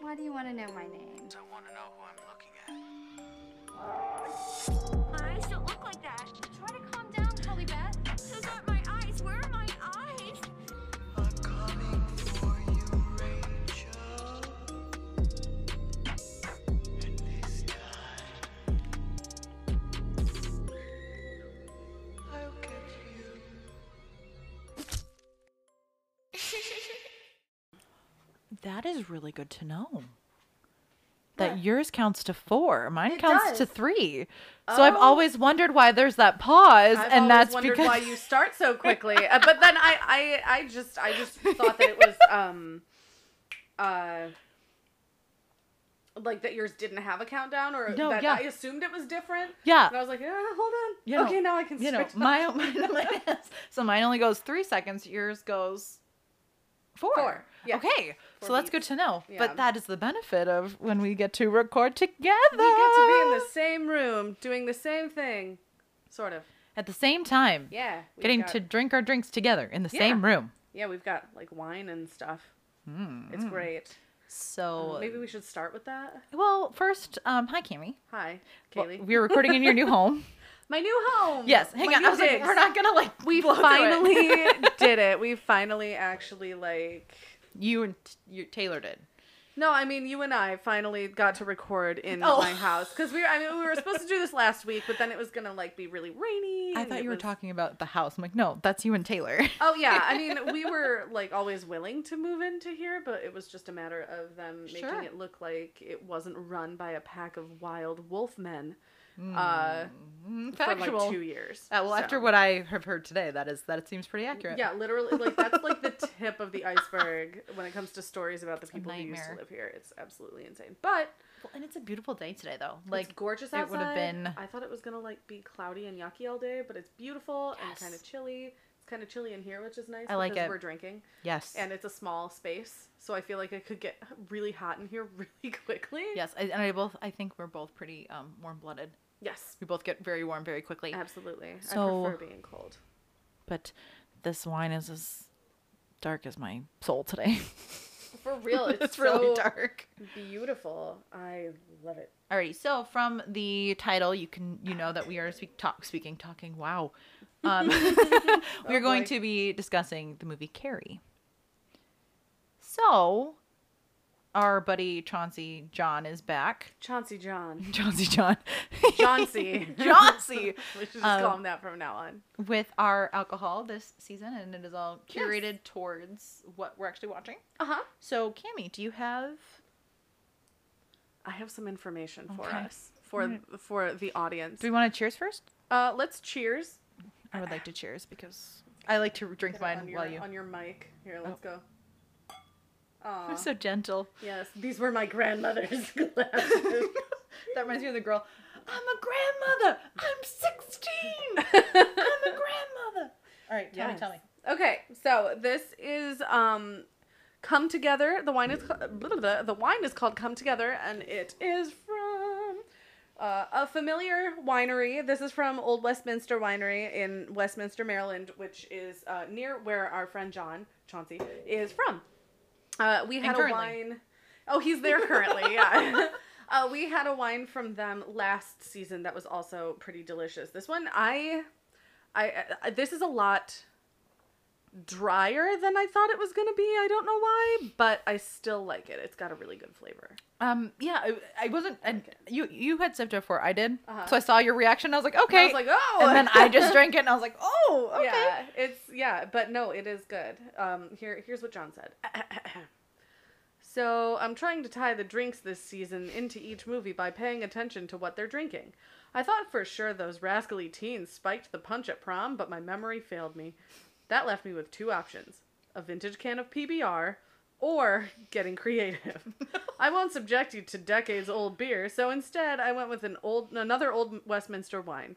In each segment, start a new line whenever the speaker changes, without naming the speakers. Why do you want to know my name?
I want to know who I'm looking at.
My eyes don't look like that. Try to calm down, Polybeth. Those aren't my eyes. Where are my eyes?
I'm coming for you, Rachel. And this time, I'll get you.
That is really good to know. That yours counts to four, mine
It
counts to
does.
three. So I've
Oh.
always wondered why there's that pause,
I've
and
always
that's
wondered
because
why you start so quickly. Uh, but then I, I, I just, I just thought that it was, um, uh, like that yours didn't have a countdown, or
No,
that
yeah.
I assumed it was different.
yeah,
And I was like, yeah, hold on.
You know,
okay, now I can.
you know,
switch them.
my, so mine only goes three seconds. Yours goes four.
Four, yeah.
Okay,
Four
so that's good to know.
Yeah.
But that is the benefit of when we get to record together.
we get to be in the same room doing the same thing, sort of.
at the same time.
Yeah. we've
Getting
got-
to drink our drinks together in the
Yeah.
same room.
Yeah, we've got like wine and stuff.
Hmm.
It's great.
So
Maybe we should start with that.
well, first, um, hi Cami.
Hi,
Well,
Kaylee.
we're recording in your new home.
my new home.
Yes, hang
My
on.
new
I was like,
digs.
we're not gonna like.
We
blow through it.
finally did it. We finally actually like.
you and t- you Taylor did.
No, I mean you and I finally got to record in
Oh.
my house because we. Were, I mean, we were supposed to do this last week, but then it was gonna like be really rainy.
I
and
thought
it
you were
was-
talking about the house. I'm like, no, that's you and Taylor.
Oh yeah, I mean we were like always willing to move into here, but it was just a matter of them
Sure.
making it look like it wasn't run by a pack of wild wolf men uh, for
Hmm. Factual.
like two years.
Uh, well,
So-
after what I have heard today, that is that it seems pretty accurate.
Yeah, literally, like that's like the tip of the iceberg when it comes to stories about the people who used to
nightmare.
live here. It's absolutely insane, but
Well, and it's a beautiful day today, though.
like
Like
gorgeous outside.
it would have been.
I thought it was gonna like be cloudy and yucky all day, but it's beautiful and
Yes.
kind of chilly. It's kind of chilly in here, which is nice.
I like
because
it.
We're drinking,
Yes.
and it's a small space, so I feel like it could get really hot in here really quickly.
yes, I, and I both. I think we're both pretty um, warm-blooded.
Yes.
We both get very warm very quickly.
Absolutely.
So-
I prefer being cold.
But this wine is as dark as my soul today.
For real, it's,
it's really
so
dark.
Beautiful. I love it.
Alrighty, so from the title, you can you know that we are speak talk speaking talking. Wow, um, we are going
Oh, boy.
to be discussing the movie Carrie. So, our buddy Chauncey John is back.
Chauncey John.
Chauncey John,
Chauncey.
Chauncey,
We should just
Um,
call him that from now on.
with our alcohol this season, and it is all curated towards what we're actually watching.
Uh huh.
So, Cammy, do you have?
I have some information for
Okay.
us for for the audience.
Do we want to cheers first?
Uh, let's cheers.
I would like to cheers because I like to drink
on
mine
your,
while you. Oh.
on your mic. Here, let's go.
I'm
Aw.
so gentle.
yes, these were my grandmother's glasses.
That reminds me of the girl. I'm a grandmother. I'm 16. I'm a grandmother. All right, tell me,
Yes.
tell me.
okay, so this is um, come together. The wine is ca- blah, blah, blah. the wine is called Come Together, and it is from uh, a familiar winery. This is from Old Westminster Winery in Westminster, Maryland, which is uh, near where our friend John Chauncey is from. Uh, we had a
currently.
wine. Oh, he's there currently. Yeah. uh, we had a wine from them last season that was also pretty delicious. This one, I, I, I this is a lot drier than I thought it was gonna be. I don't know why, but I still like it. It's got a really good flavor.
Um, yeah, I, I wasn't. I, you you had sipped it before I did,
Uh-huh.
so I saw your reaction. I was like,
And
okay.
I was like, oh,
and then I just drank it, and I was like, oh, okay.
Yeah, it's yeah, but no, it is good. Um, here, here's what John said. so I'm trying to tie the drinks this season into each movie by paying attention to what they're drinking. I thought for sure those rascally teens spiked the punch at prom, but my memory failed me. That left me with two options: a vintage can of PBR. Or getting creative. I won't subject you to decades old beer, so instead I went with an old another old Westminster wine.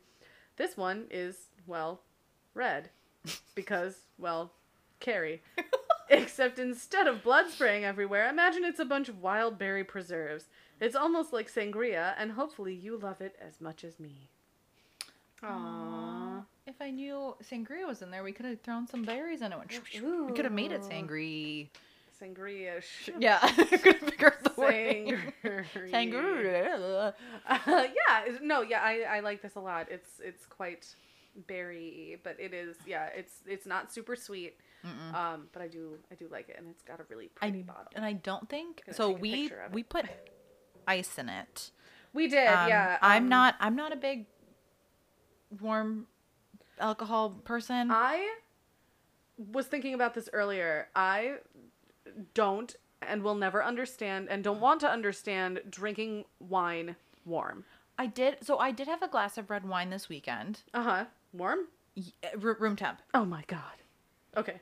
This one is, well, red. Because, well, Carrie. Except instead of blood spraying everywhere, imagine it's a bunch of wild berry preserves. It's almost like sangria, and hopefully you love it as much as me. Aww.
If I knew sangria was in there, we could have thrown some berries in it. We could have made it sangria.
Sangria. sh-
Yeah, I couldn't figure out the word.
Sangria.
Sangria.
Uh, yeah. it- No. Yeah. I, I like this a lot. It's it's quite berry, but it is. Yeah. It's it's not super sweet.
Mm-mm.
Um. But I do I do like it, and it's got a really
I, uh,
pretty bottle.
and I don't think
Gonna
so.
take a
We
picture of
we put ice in it.
We did.
Um,
yeah.
I'm
um,
not. I'm not a big warm alcohol person.
I was thinking about this earlier. I don't and will never understand and don't want to understand drinking wine warm.
I did. So I did have a glass of red wine this weekend,
Uh huh. Warm?
y- uh, ro- room temp,
Oh my god. Okay.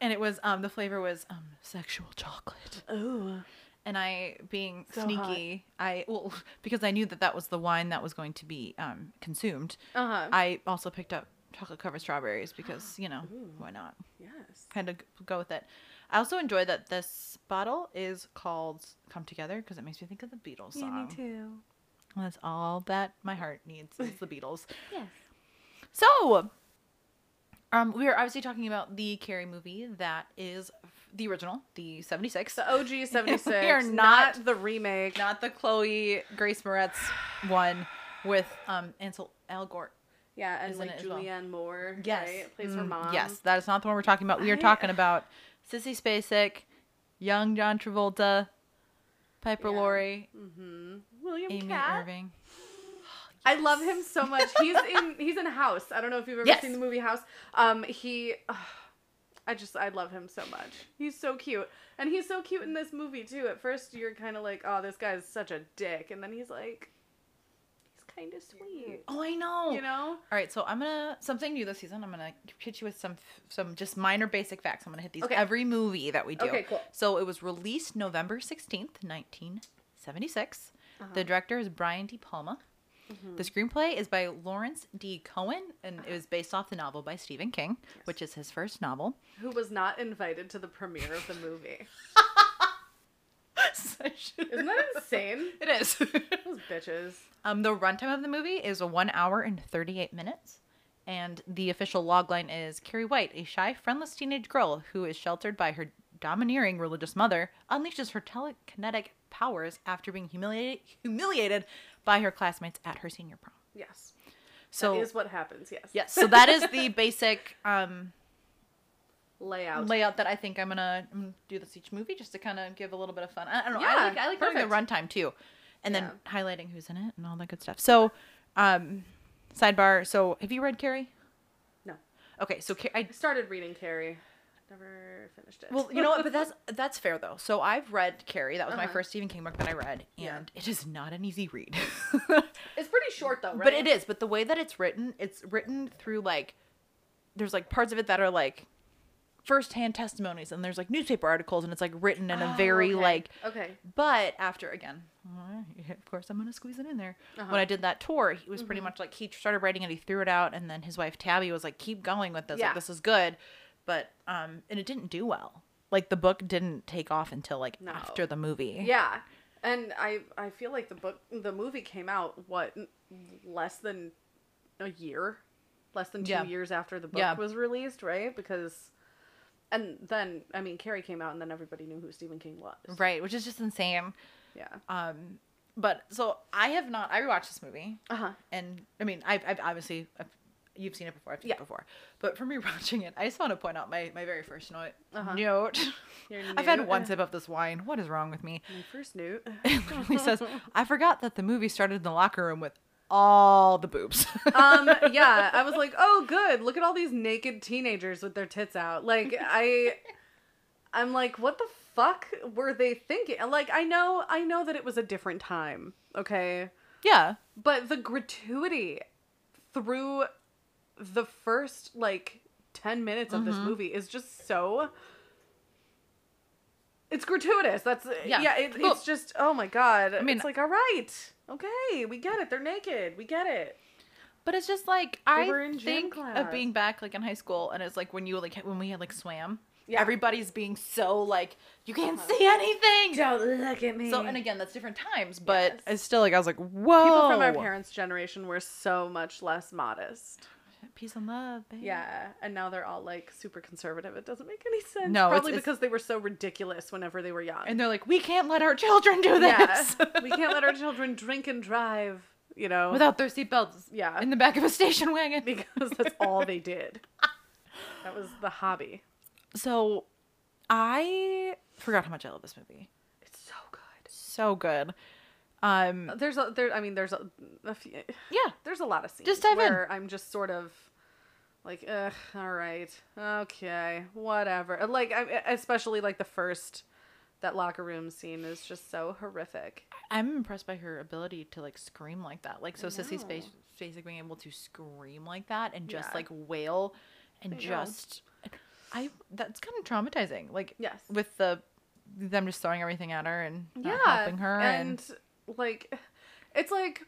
and it was um the flavor was um sexual chocolate.
oh.
And I, being
So
sneaky, I well because I knew that that was the wine that was going to be um consumed.
Uh huh.
I also picked up chocolate covered strawberries because you know why not.
Yes.
kind of go with it. I also enjoy that this bottle is called "Come Together" because it makes me think of the Beatles song.
too.
And That's all that my heart needs is the Beatles.
Yes.
So, um, we are obviously talking about the Carrie movie that is f- the original, the '76,
The OG 76.
We are
not,
not-
the remake.
not the Chloe Grace Moretz one with um Ansel Elgort.
yeah, and
Isn't
like
it as well?
Julianne Moore.
Yes.
Right? Plays her
Mm,
mom.
Yes, that is not the one we're talking about. We are
Um, I-
talking about Sissy Spacek, young John Travolta, Piper
Yeah.
Laurie,
hmm William
Amy
Catt.
Irving.
I love him so much. He's in he's in House. I don't know if you've ever
Yes.
seen the movie House. Um, he, ugh, I just I love him so much. He's so cute, and he's so cute in this movie too. At first, you're kind of like, oh, this guy's such a dick, and then he's like, he's kind of sweet.
Oh, I know.
You know?
All right, so I'm gonna something new this season. I'm gonna hit you with some some just minor basic facts. I'm gonna hit these
Okay.
every movie that we do.
Okay, cool.
So it was released November 16th, 1976.
Uh-huh.
The director is Brian De Palma.
Mm-hmm.
The screenplay is by Lawrence D. Cohen, and
Uh-huh.
it was based off the novel by Stephen King, which is his first novel.
Who was not invited to the premiere of the movie? Isn't that insane?
It is.
Those bitches.
um, the runtime of the movie is a one hour and 38 minutes. And the official logline is Carrie White, a shy, friendless teenage girl who is sheltered by her domineering religious mother, unleashes her telekinetic powers after being humiliated, humiliated by her classmates at her senior prom.
Yes.
So,
that is what happens. Yes.
yes, so that is the basic um,
Layout.
layout that I think I'm gonna, I'm gonna do this each movie just to kind of give a little bit of fun. I don't know.
Yeah,
I like I like knowing the
perfect.
runtime too, and then
Yeah.
highlighting who's in it and all that good stuff. So, um, sidebar. So, have you read Carrie?
No.
Okay, so Ca- I
I started reading Carrie. Never finished it.
well, you know what? But that's that's fair though. So I've read Carrie. That was my
Uh-huh.
first Stephen King book that I read, and
Yeah.
it is not an easy read.
it's pretty short though, right?
But it is. But the way that it's written, it's written through like there's like parts of it that are like firsthand testimonies, and there's like newspaper articles, and it's like written in a
Oh,
very
okay.
like
okay.
But after again, of course, I'm gonna squeeze it in there.
Uh-huh. Mm-hmm.
When I did that tour, he was pretty much like he started writing it, he threw it out, and then his wife Tabby was like, "Keep going with this.
Yeah.
Like this is good." But um, and it didn't do well. Like the book didn't take off until like
No.
after the movie.
Yeah, and I I feel like the book the movie came out what n- less than a year, less than two
Yeah.
years after the book
Yeah.
was released, right? Because and then I mean Carrie came out and then everybody knew who Stephen King was.
Right, which is just insane.
Yeah.
Um, but so I have not. I rewatched this movie,
Uh huh.
and I mean, I've, I've obviously I've, you've seen it before. I've seen
Yeah.
it before. But for me watching it, I just want to point out my my very first note.
Uh-huh.
Note.
Your
I've had
note.
one sip of this wine. What is wrong with me?
My first note.
It literally says, "I forgot that the movie started in the locker room with all the boobs."
um yeah i was like oh good look at all these naked teenagers with their tits out like i i'm like what the fuck were they thinking And, like i know i know that it was a different time okay
yeah,
but the gratuity through the first like 10 minutes of this
Mm-hmm.
movie is just so it's gratuitous that's yeah,
Yeah.
it,
Well-
it's just oh my god i mean
mean-
it's like all right okay we get it they're naked we get it
but it's just like I
were in gym
think of
class.
being back like in high school, and it's like when you like when we had like swam.
Yeah. Uh-huh.
everybody's being so like you can't see anything.
Don't look at me.
So and again, that's different times, but
Yes.
it's still like I was like, whoa.
people from our parents' generation were so much less modest.
Peace and love, babe.
Yeah, and now they're all like super conservative. It doesn't make any sense.
No, it's-
probably
it's-
because they were so ridiculous whenever they were young.
And they're like, we can't let our children do
yeah,
this
we can't let our children drink and drive. You know,
without their seatbelts
yeah,
in the back of a station wagon.
because that's all they did. That was the hobby.
So I forgot how much I love this movie.
It's so good. Uh,
So good. Um
There's a there. I mean, there's a, a few.
yeah.
There's a lot of scenes
Just dive in.
where I'm just sort of like, ugh, all right, okay, whatever. Like, I, especially like the first that locker room scene is just so horrific.
I'm impressed by her ability to like scream like that. Like so
I
Sissy's
know.
face basic being able to scream like that and just
Yeah.
like wail and
I know.
just I that's kind of traumatizing. Like
Yes.
with the them just throwing everything at her and not helping her and,
and like, it's like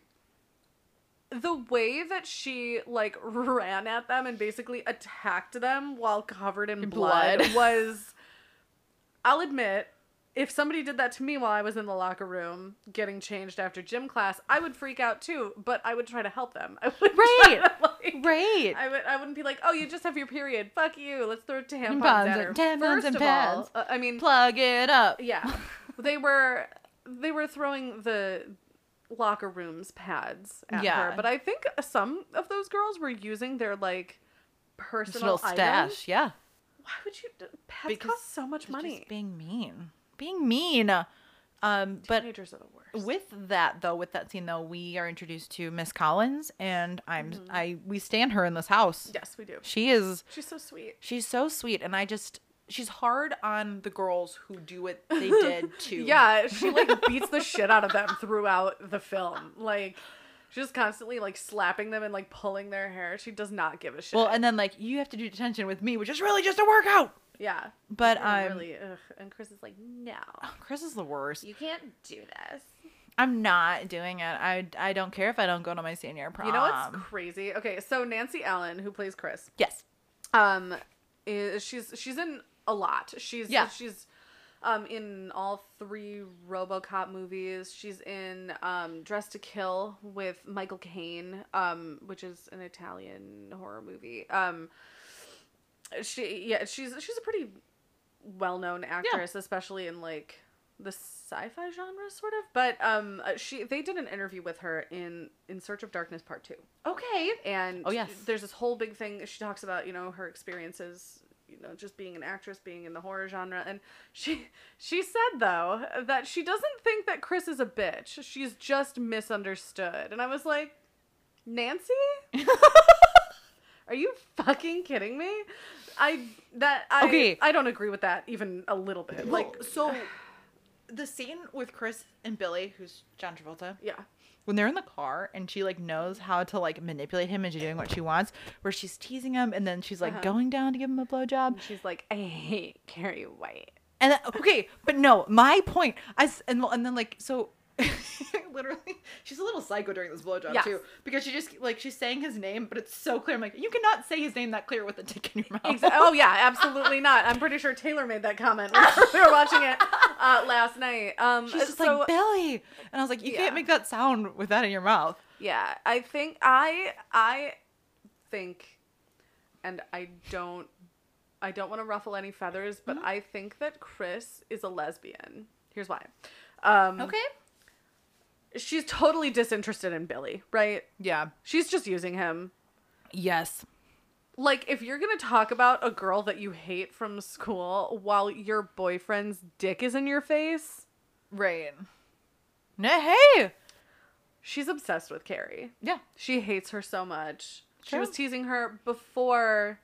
the way that she like ran at them and basically attacked them while covered in,
In
blood,
blood.
was I'll admit if somebody did that to me while I was in the locker room getting changed after gym class, I would freak out too, but I would try to help them. I would
Right.
like,
right.
I would I wouldn't be like, "Oh, you just have your period. Fuck you. Let's throw tampons
Tampons
at her."
and tampons
First
and
of
pads.
all, uh, I mean,
Plug it up.
yeah. they were they were throwing the locker rooms pads at
Yeah.
her, but I think some of those girls were using their like personal
Little stash.
Items.
Yeah.
Why would you? d- Pads
Because
cost so much
It's
money.
Just being mean. Being mean. Um but
Teenagers are the worst.
with that though with that scene though we are introduced to miss collins and i'm
Mm-hmm.
i we stand her in this house
yes, we do.
she is
She's so sweet.
she's so sweet and i just she's hard on the girls who do what they did to
Yeah, she like beats the shit out of them throughout the film. Like she's just constantly like slapping them and like pulling their hair. She does not give a shit.
well and then like you have to do detention with me which is really just a workout
yeah,
but
And
um
really, ugh. and Chris is like, no,
chris is the worst
you can't do this.
i'm not doing it i i don't care if i don't go to my senior prom
You know
Um,
what's crazy? Okay, so Nancy Allen, who plays Chris,
yes
um, is she's she's in a lot. She's
Yeah.
she's um in all three RoboCop movies. She's in um Dress to Kill with Michael Caine, um, which is an Italian horror movie. Um, she yeah, she's she's a pretty well-known actress, especially in like the sci-fi genre sort of but um uh, she they did an interview with her in in search of darkness part two
okay
and
Oh, yes.
there's this whole big thing she talks about you know her experiences you know just being an actress being in the horror genre and she she said though that she doesn't think that chris is a bitch she's just misunderstood and i was like nancy are you fucking kidding me i that i
Okay.
i don't agree with that even a little bit like
like so the scene with chris and billy who's john travolta
yeah
when they're in the car and she like knows how to like manipulate him into doing what she wants, where she's teasing him and then she's like
Uh-huh.
going down to give him a blowjob.
And she's like i hate carrie white
And then, okay, but no, my point, I s- and and then like so. literally she's a little psycho during this blowjob
Yes.
too because she just like she's saying his name but it's so clear i'm like you cannot say his name that clear with a dick in your mouth
Exa- oh yeah, absolutely not. I'm pretty sure Taylor made that comment when we were watching it uh, last night. Um,
she's just
so
like billy and i was like you
Yeah.
can't make that sound with that in your mouth
yeah, I think I I think, and I don't I don't want to ruffle any feathers, but
Mm-hmm.
I think that Chris is a lesbian. Here's why. Um,
Oh.
she's totally disinterested in Billy, right?
yeah
She's just using him.
yes
Like, if you're gonna talk about a girl that you hate from school while your boyfriend's dick is in your face,
right no hey
She's obsessed with Carrie.
yeah
She hates her so much. She
Sure.
was teasing her before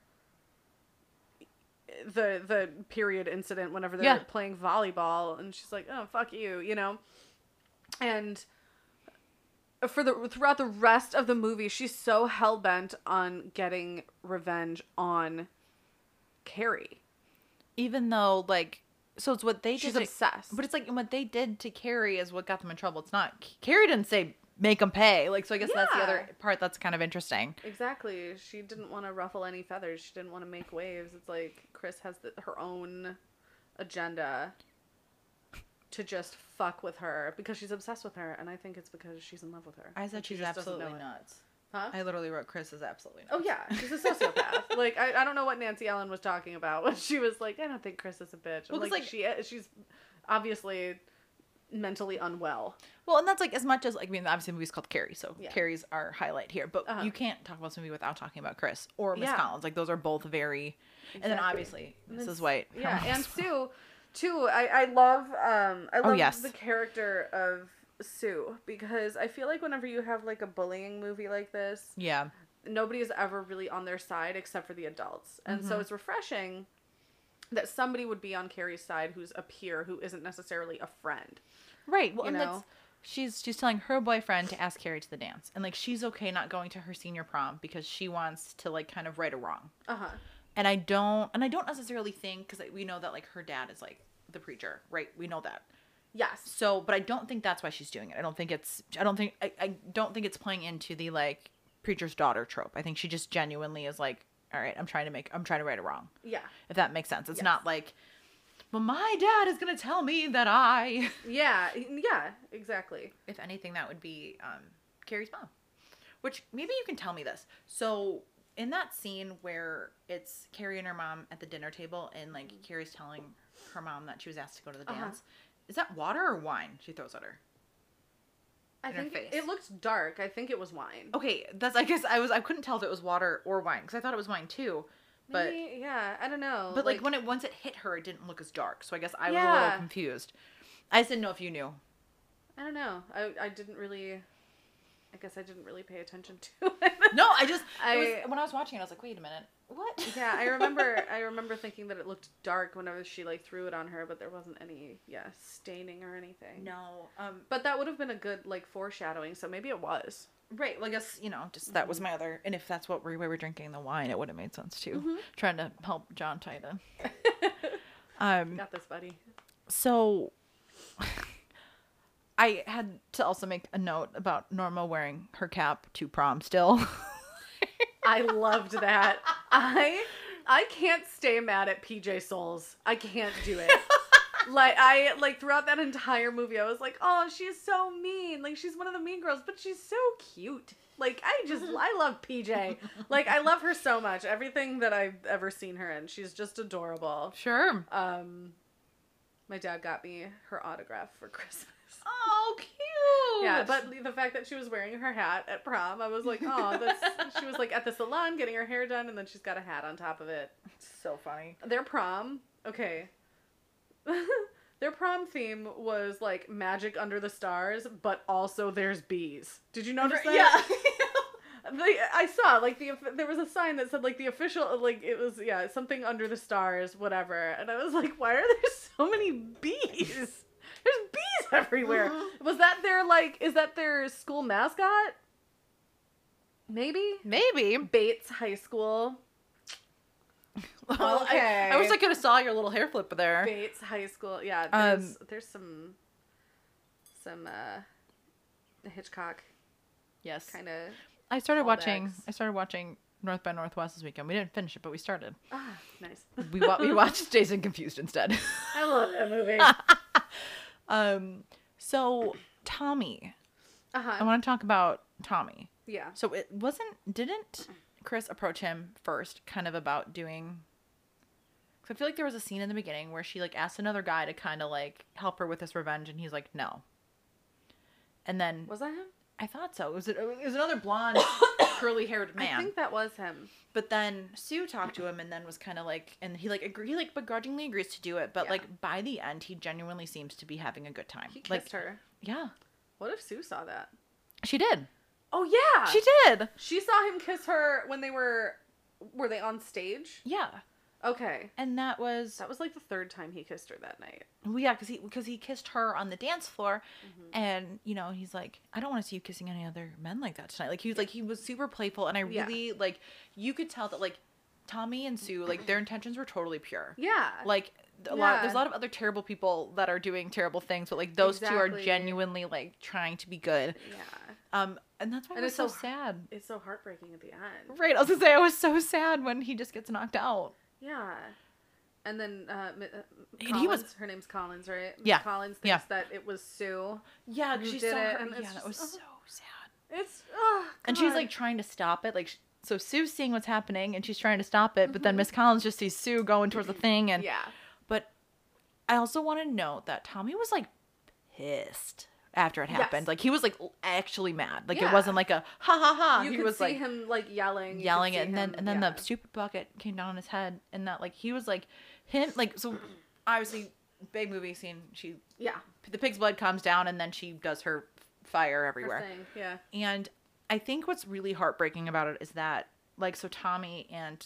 the the period incident whenever they're
Yeah.
playing volleyball and she's like, "Oh, fuck you," you know. And for the throughout the rest of the movie, she's so hell-bent on getting revenge on Carrie.
even though like so it's what they
She's
did
obsessed.
to, but it's like what they did to Carrie is what got them in trouble. It's not Carrie didn't say make them pay. Like so I guess that's the other
Yeah.
part that's kind of interesting.
Exactly. She didn't want to ruffle any feathers. She didn't want to make waves. It's like Chris has the, her own agenda to just fuck with her because she's obsessed with her, and I think it's because she's in love with her.
I
and
said
she
she's
just doesn't
absolutely
know it.
nuts.
Huh?
I literally wrote Chris is absolutely not.
Oh yeah, she's a sociopath. like I, I don't know what Nancy Allen was talking about when she was like, I don't think Chris is a bitch. I'm
Well, 'cause,
like,
like-
she she's obviously mentally unwell.
Well, and that's like as much as like I mean, obviously the movie's called Carrie, so
Yeah.
Carrie's our highlight here. But
Uh-huh.
you can't talk about this movie without talking about Chris or Miss
Yeah.
Collins. Like those are both very, and then
Exactly.
obviously
And then
Mrs.
s-
White. her
Yeah,
mom's
and
White.
Sue, too. I I love um I love
Oh, yes.
the character of Sue because I feel like whenever you have like a bullying movie like this,
Yeah,
nobody is ever really on their side except for the adults, and so
Mm-hmm.
it's refreshing that somebody would be on Carrie's side who's a peer who isn't necessarily a friend.
right. Well,
You
and
know?
that's she's she's telling her boyfriend to ask Carrie to the dance, and like she's okay not going to her senior prom because she wants to like kind of right a wrong.
Uh huh.
And I don't, and I don't necessarily think because we know that like her dad is like the preacher, right? We know that.
Yes.
So, but I don't think that's why she's doing it. I don't think it's. I don't think. I, I don't think it's playing into the like preacher's daughter trope. I think she just genuinely is like, all right, I'm trying to make. I'm trying to right a wrong.
Yeah.
If that makes sense, it's
Yes.
not like, well, my dad is gonna tell me that I.
Yeah. Yeah. Exactly.
If anything, that would be um, Carrie's mom. Which maybe you can tell me this. So in that scene where it's Carrie and her mom at the dinner table, and like Carrie's telling her mom that she was asked to go to the
Mm-hmm. Uh-huh.
dance, is that water or wine she throws at her?
I
In her
think it,
face.
it looked dark. I think it was wine.
Okay, that's I guess I was I couldn't tell if it was water or wine because I thought it was wine too. But
Maybe, yeah, I don't know.
but like, when it once it hit her, it didn't look as dark. So I guess I was a
Yeah.
little confused. I just didn't know if you knew.
I don't know. I I didn't really. I guess I didn't really pay attention to it.
No, I just I
I-
was, when I was watching, it, I was like, wait a minute, what?
yeah, I remember. I remember thinking that it looked dark whenever she like threw it on her, but there wasn't any yeah staining or anything.
no, um,
But that would have been a good like foreshadowing. So maybe it was.
right. Well, I guess you know, just that was my other. And if that's what we we were drinking the wine, it would have made sense too. Trying to help John tie it in. Um,
Got this, buddy.
so I had to also make a note about Norma wearing her cap to prom still.
I loved that. I I can't stay mad at PJ Souls. I can't do it. like I like throughout that entire movie I was like, "Oh, she's so mean. Like she's one of the mean girls, but she's so cute." Like I just I love PJ. Like I love her so much. Everything that I've ever seen her in, she's just adorable.
sure.
Um my dad got me her autograph for Christmas.
Oh, cute.
Yeah, but the fact that she was wearing her hat at prom, I was like, oh, that's. she was like at the salon getting her hair done, and then she's got a hat on top of it.
so funny.
Their prom, okay. Their prom theme was like magic under the stars, but also there's bees. Did you notice that? They, I saw like the there was a sign that said like the official like it was yeah something under the stars whatever and I was like why are there so many bees? There's bees everywhere.
Mhm.
Was that their like is that their school mascot? Maybe
Maybe.
Bates High School.
Well, I, I wish I could have saw your little hair flip there.
Bates High School. Yeah,
Um,
there's there's some some uh Hitchcock
yes.
kind of
I started watching.
Callbacks.
I started watching North by Northwest this weekend. We didn't finish it, but we started.
ah nice.
We wa- we watched Days and Confused instead.
I love that movie. Uh-huh,
um. So Tommy, I
Uh-huh.
want to talk about Tommy.
Yeah.
So it wasn't. Didn't Chris approach him first, kind of about doing? Cause I feel like there was a scene in the beginning where she like asked another guy to kind of like help her with this revenge, and he's like, no. And then
Was that him?
I thought so. It was, it was another blonde, curly haired man.
I think that was him.
But then Sue talked to him and then was kind of like, and he like agree, he like begrudgingly agrees to do it. But
Yeah.
like by the end, he genuinely seems to be having a good time.
He kissed
like,
her.
Yeah,
What if Sue saw that?
she did.
Oh yeah.
She
She
did.
she saw him kiss her when they were were they on stage?
Yeah,
Okay.
and that was
That was like the third time he kissed her that night.
well, yeah, because he because he kissed her on the dance floor,
Mm-hmm.
and you know he's like, I don't want to see you kissing any other men like that tonight. Like he was like he was super playful, and I
Yeah.
really like you could tell that like Tommy and Sue like their intentions were totally pure.
Yeah.
like a lot
Yeah.
there's a lot of other terrible people that are doing terrible things but like those two are
Exactly.
genuinely like trying to be good
yeah.
um and that's why
And
i was
it's
so
so har-
sad
It's so heartbreaking at the end.
right i was gonna say i was so sad when he just gets knocked out
Yeah. And then uh, Mi- uh,
And he was-
Collins- her name's Collins, right? Miss
Yeah.
Collins
Yeah.
thinks that it was Sue.
yeah
You
she
did
saw
it,
her
and
yeah
it's
that was
just-
so sad
It's oh
And she's
God.
like trying to stop it. Like, sh- so Sue's seeing what's happening and she's trying to stop it. But then Miss Collins just sees Sue going towards the thing. And,
Mm-hmm. yeah.
but I also want to note that Tommy was like pissed after it
Yes.
happened. Like, he was like l- actually mad. Like,
Yeah.
it wasn't like a ha ha ha.
You
uh, he
could
was
see
like
him like yelling, you could
yelling
see
it. And then,
him-
and then
yeah.
the stupid bucket came down on his head. And that, like, he was like, him, like, so obviously, big movie scene. She,
yeah,
the pig's blood comes down and then she does her fire
her
everywhere.
thing, yeah,
And I think what's really heartbreaking about it is that, like, so Tommy and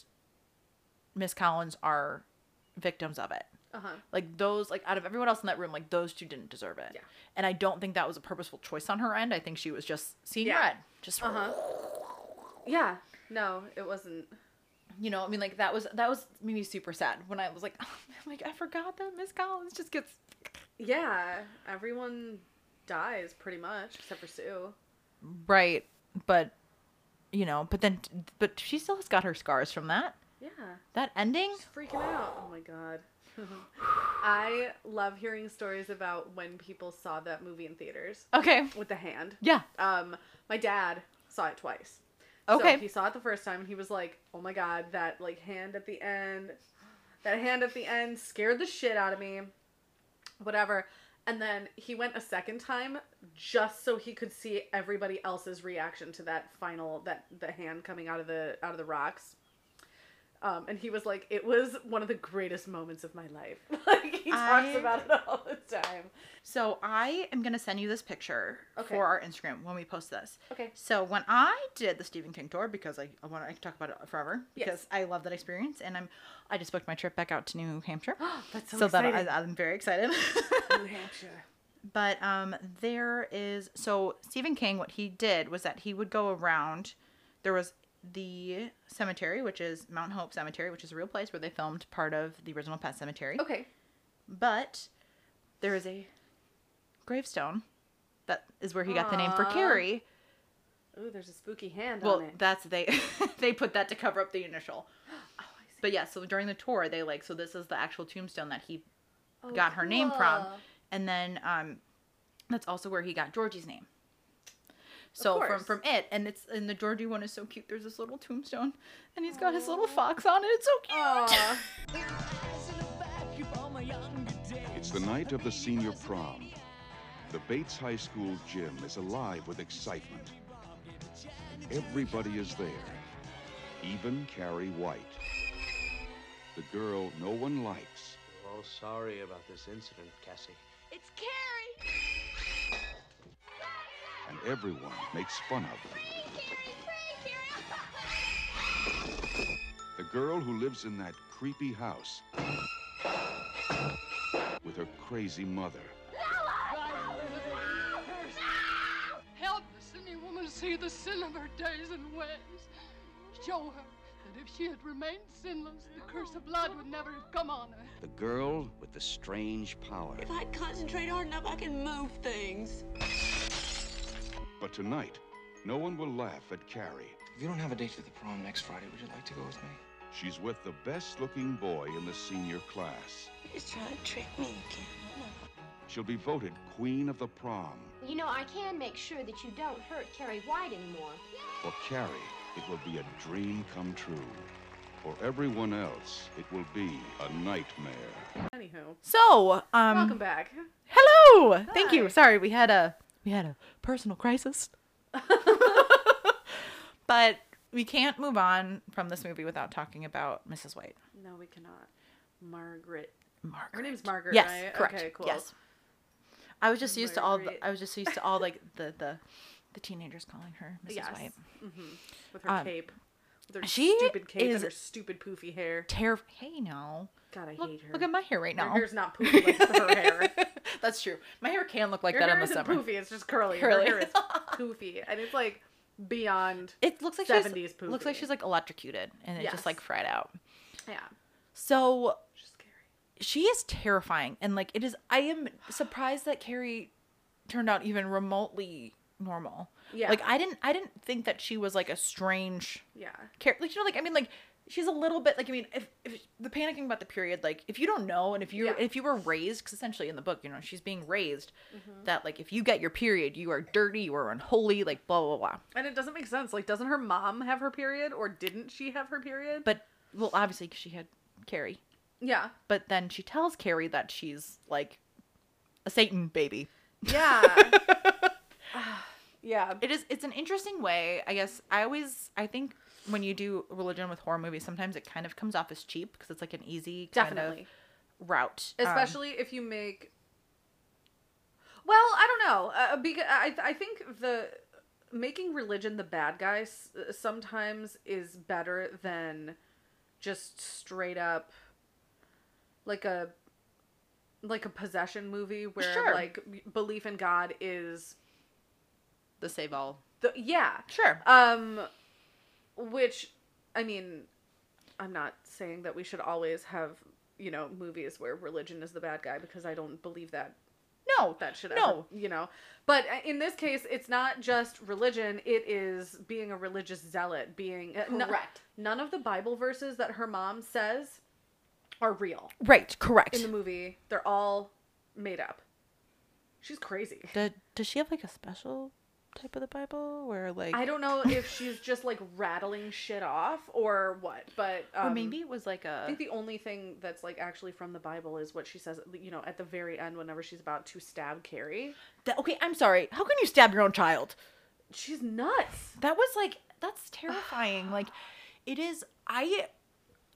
Miss Collins are victims of it.
uh huh,
Like, those, like, out of everyone else in that room, like, those two didn't deserve it.
Yeah.
And I don't think that was a purposeful choice on her end. I think she was just seeing
Yeah.
red. Just,
uh huh, Uh-huh. yeah. No, it wasn't.
you know, I mean, like, that was, that was maybe super sad when I was like, oh, like, I forgot that Miss Collins just gets,
Yeah, everyone dies pretty much except for Sue.
right. But, you know, but then, but she still has got her scars from that.
Yeah,
That ending.
she's freaking out. Oh my god. I love hearing stories about when people saw that movie in theaters
Okay.
with the hand.
Yeah.
Um, my dad saw it twice.
Okay.
So he saw it the first time and he was like, "Oh my god, that like hand at the end, that hand at the end scared the shit out of me." Whatever. And then he went a second time just so he could see everybody else's reaction to that final that the hand coming out of the out of the rocks. Um, and he was like, it was one of the greatest moments of my life. like he talks
I-
about it all the time.
So I am gonna send you this picture
Okay.
for our Instagram when we post this.
Okay.
So when I did the Stephen King tour, because I, I want I can talk about it forever
Yes.
because I love that experience, and I'm I just booked my trip back out to New Hampshire,
That's so,
so that
exciting.
I, I'm very excited.
New Hampshire.
but um, there is so Stephen King. What he did was that he would go around. There was the cemetery, which is Mount Hope Cemetery, which is a real place where they filmed part of the original Pet Cemetery.
Okay.
But there is a gravestone that is where he got the name for
Aw.
Carrie.
Ooh, there's a spooky hand
Well,
on it.
that's they they put that to cover up the initial.
oh, I see.
But yeah, so during the tour they like so this is the actual tombstone that he
Oh,
got her name from. And then um that's also where he got Georgie's name. So from
course.
from it and it's and the Georgie one is so cute. There's this little tombstone and he's got his little fox on it. It's so cute.
Aw.
It's the night of the senior prom. The Bates High School gym is alive with excitement. Everybody is there, even Carrie White, the girl no one likes.
We're all Oh, sorry about this incident, Cassie.
It's Carrie.
and everyone makes fun of her. The girl who lives in that creepy house with her crazy mother.
Help the sinning woman see the sin of her days and ways. Show her that if she had remained sinless, the curse of blood would never have come on her.
The girl with the strange power.
If I concentrate hard enough, I can move things.
But tonight, no one will laugh at Carrie.
If you don't have a date for the prom next Friday, would you like to go with me?
She's with the best looking boy in the senior class.
He's trying to trick me again.
She'll be voted queen of the prom.
You know, I can make sure that you don't hurt Carrie White anymore.
For Carrie, it will be a dream come true. For everyone else, it will be a nightmare.
Anywho,
So, um
welcome back.
Hello. Thank
Hi.
you. Sorry, we had a we had a personal crisis. but we can't move on from this movie without talking about Mrs. White.
No, we cannot. Margaret.
Margaret.
Her name's Margaret.
yes,
right?
correct.
Okay, cool.
Yes. I was just used to all
Margaret.
the I was just used to all like the the the teenagers calling her Mrs.
Yes. Mm-hmm.
White.
With her
Um,
cape. With her
she
stupid cape
is-
and her stupid poofy hair.
Terror. Hey, no.
God, I
Look,
hate her.
look at my hair right
Her
now.
hair's not poofy like her hair.
That's true. My hair can look like
Her
that
hair
in the
isn't
summer.
poofy. It's just curly.
Curly.
Her hair is poofy, and it's like beyond.
It looks like
70s
she's looks like
poofy.
she's like electrocuted and it
Yes.
just like fried out.
Yeah,
So
she's scary.
she is terrifying and like it is i am surprised that carrie turned out even remotely normal
Yeah.
like i didn't i didn't think that she was like a strange
Yeah,
character like you know like i mean like she's a little bit like I mean, if, if the panicking about the period, like if you don't know and if you are
Yeah.
if you were raised, because essentially in the book, you know, she's being raised
Mm-hmm.
that like if you get your period, you are dirty, you are unholy, like blah blah blah.
And it doesn't make sense. Like, doesn't her mom have her period, or didn't she have her period?
But well, obviously 'cause she had Carrie,
yeah,
but then she tells Carrie that she's like a Satan baby.
yeah, Ah, yeah.
it is it's an interesting way i guess i always i think when you do religion with horror movies sometimes it kind of comes off as cheap because it's like an easy kind of
Definitely,
route Um,
especially if you make. Well, I don't know. Uh, because I I think the making religion the bad guy s- sometimes is better than just straight up like a like a possession movie where
Sure.
like belief in God is
the save all Uh,
the yeah
sure
Um, which, I mean, I'm not saying that we should always have, you know, movies where religion is the bad guy because I don't believe that
no
that should
No.
ever, you know. But uh, in this case, it's not just religion; it is being a religious zealot. Being uh, no-
Correct.
none of the Bible verses that her mom says are real
right correct
in the movie. They're all made up. She's crazy.
Do- does she have like a special type of the bible where like
I don't know if she's just like rattling shit off or what, but um,
or maybe it was like
I
a
think the only thing that's like actually from the Bible is what she says, you know, at the very end whenever she's about to stab Carrie.
That- okay i'm sorry how can you stab your own child
She's nuts.
That was like that's terrifying. like it is I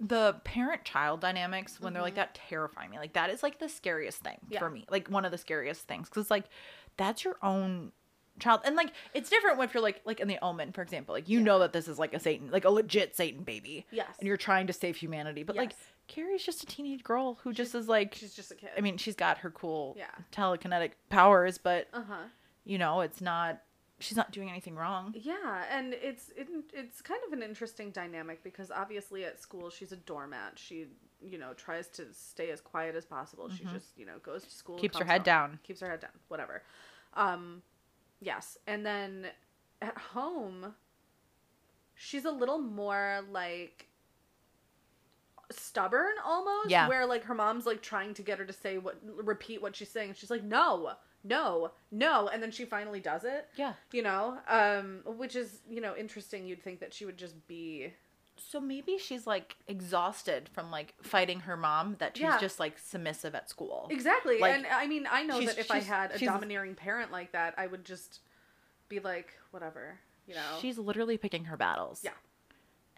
the parent child dynamics when they're like that terrify me. Like that is like the scariest thing
Mm-hmm. Yeah.
for me. Like one of the scariest things cuz like that's your own child. And like it's different if you're like like in the omen for example. Like you know that this is like a satan, like a legit satan baby.
Yes.
And you're trying to save humanity. But like
Yes.
Carrie's just a teenage girl who just is like
She's just a kid.
I mean, she's got her cool
Yeah.
telekinetic powers, but
uh huh.
you know, it's not she's not doing anything wrong.
Yeah, and it's it, it's kind of an interesting dynamic because obviously at school she's a doormat. She you know tries to stay as quiet as possible. She just you know goes to school, and
Mm-hmm. Keeps her
comes
head
home.
down.
keeps her head down, whatever. Um, yes, and then at home, she's a little more like stubborn almost
Yeah.
where like her mom's like trying to get her to say what repeat what she's saying she's like no no no and then she finally does it
Yeah.
you know um which is you know interesting you'd think that she would just be
So maybe she's like exhausted from like fighting her mom that she's
Yeah.
just like submissive at school.
exactly
Like,
and i mean i know
she's-
that if i
she's-
had a
she's-
domineering parent like that i would just be like whatever you know
She's literally picking her battles.
Yeah.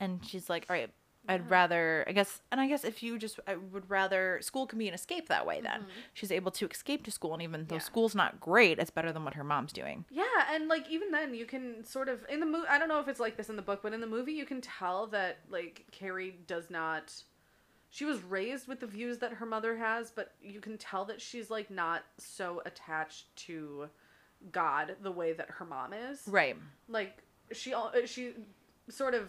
And she's like, all right, I'd rather, I guess, and I guess if you just, I would rather, school can be an escape that way then. She's able to escape to school, and even though
Yeah.
school's not great, it's better than what her mom's doing.
yeah and like even then you can sort of in the movie i don't know if it's like this in the book but in the movie you can tell that like carrie does not she was raised with the views that her mother has but you can tell that she's like not so attached to god the way that her mom is
Right.
like she al- uh, she sort of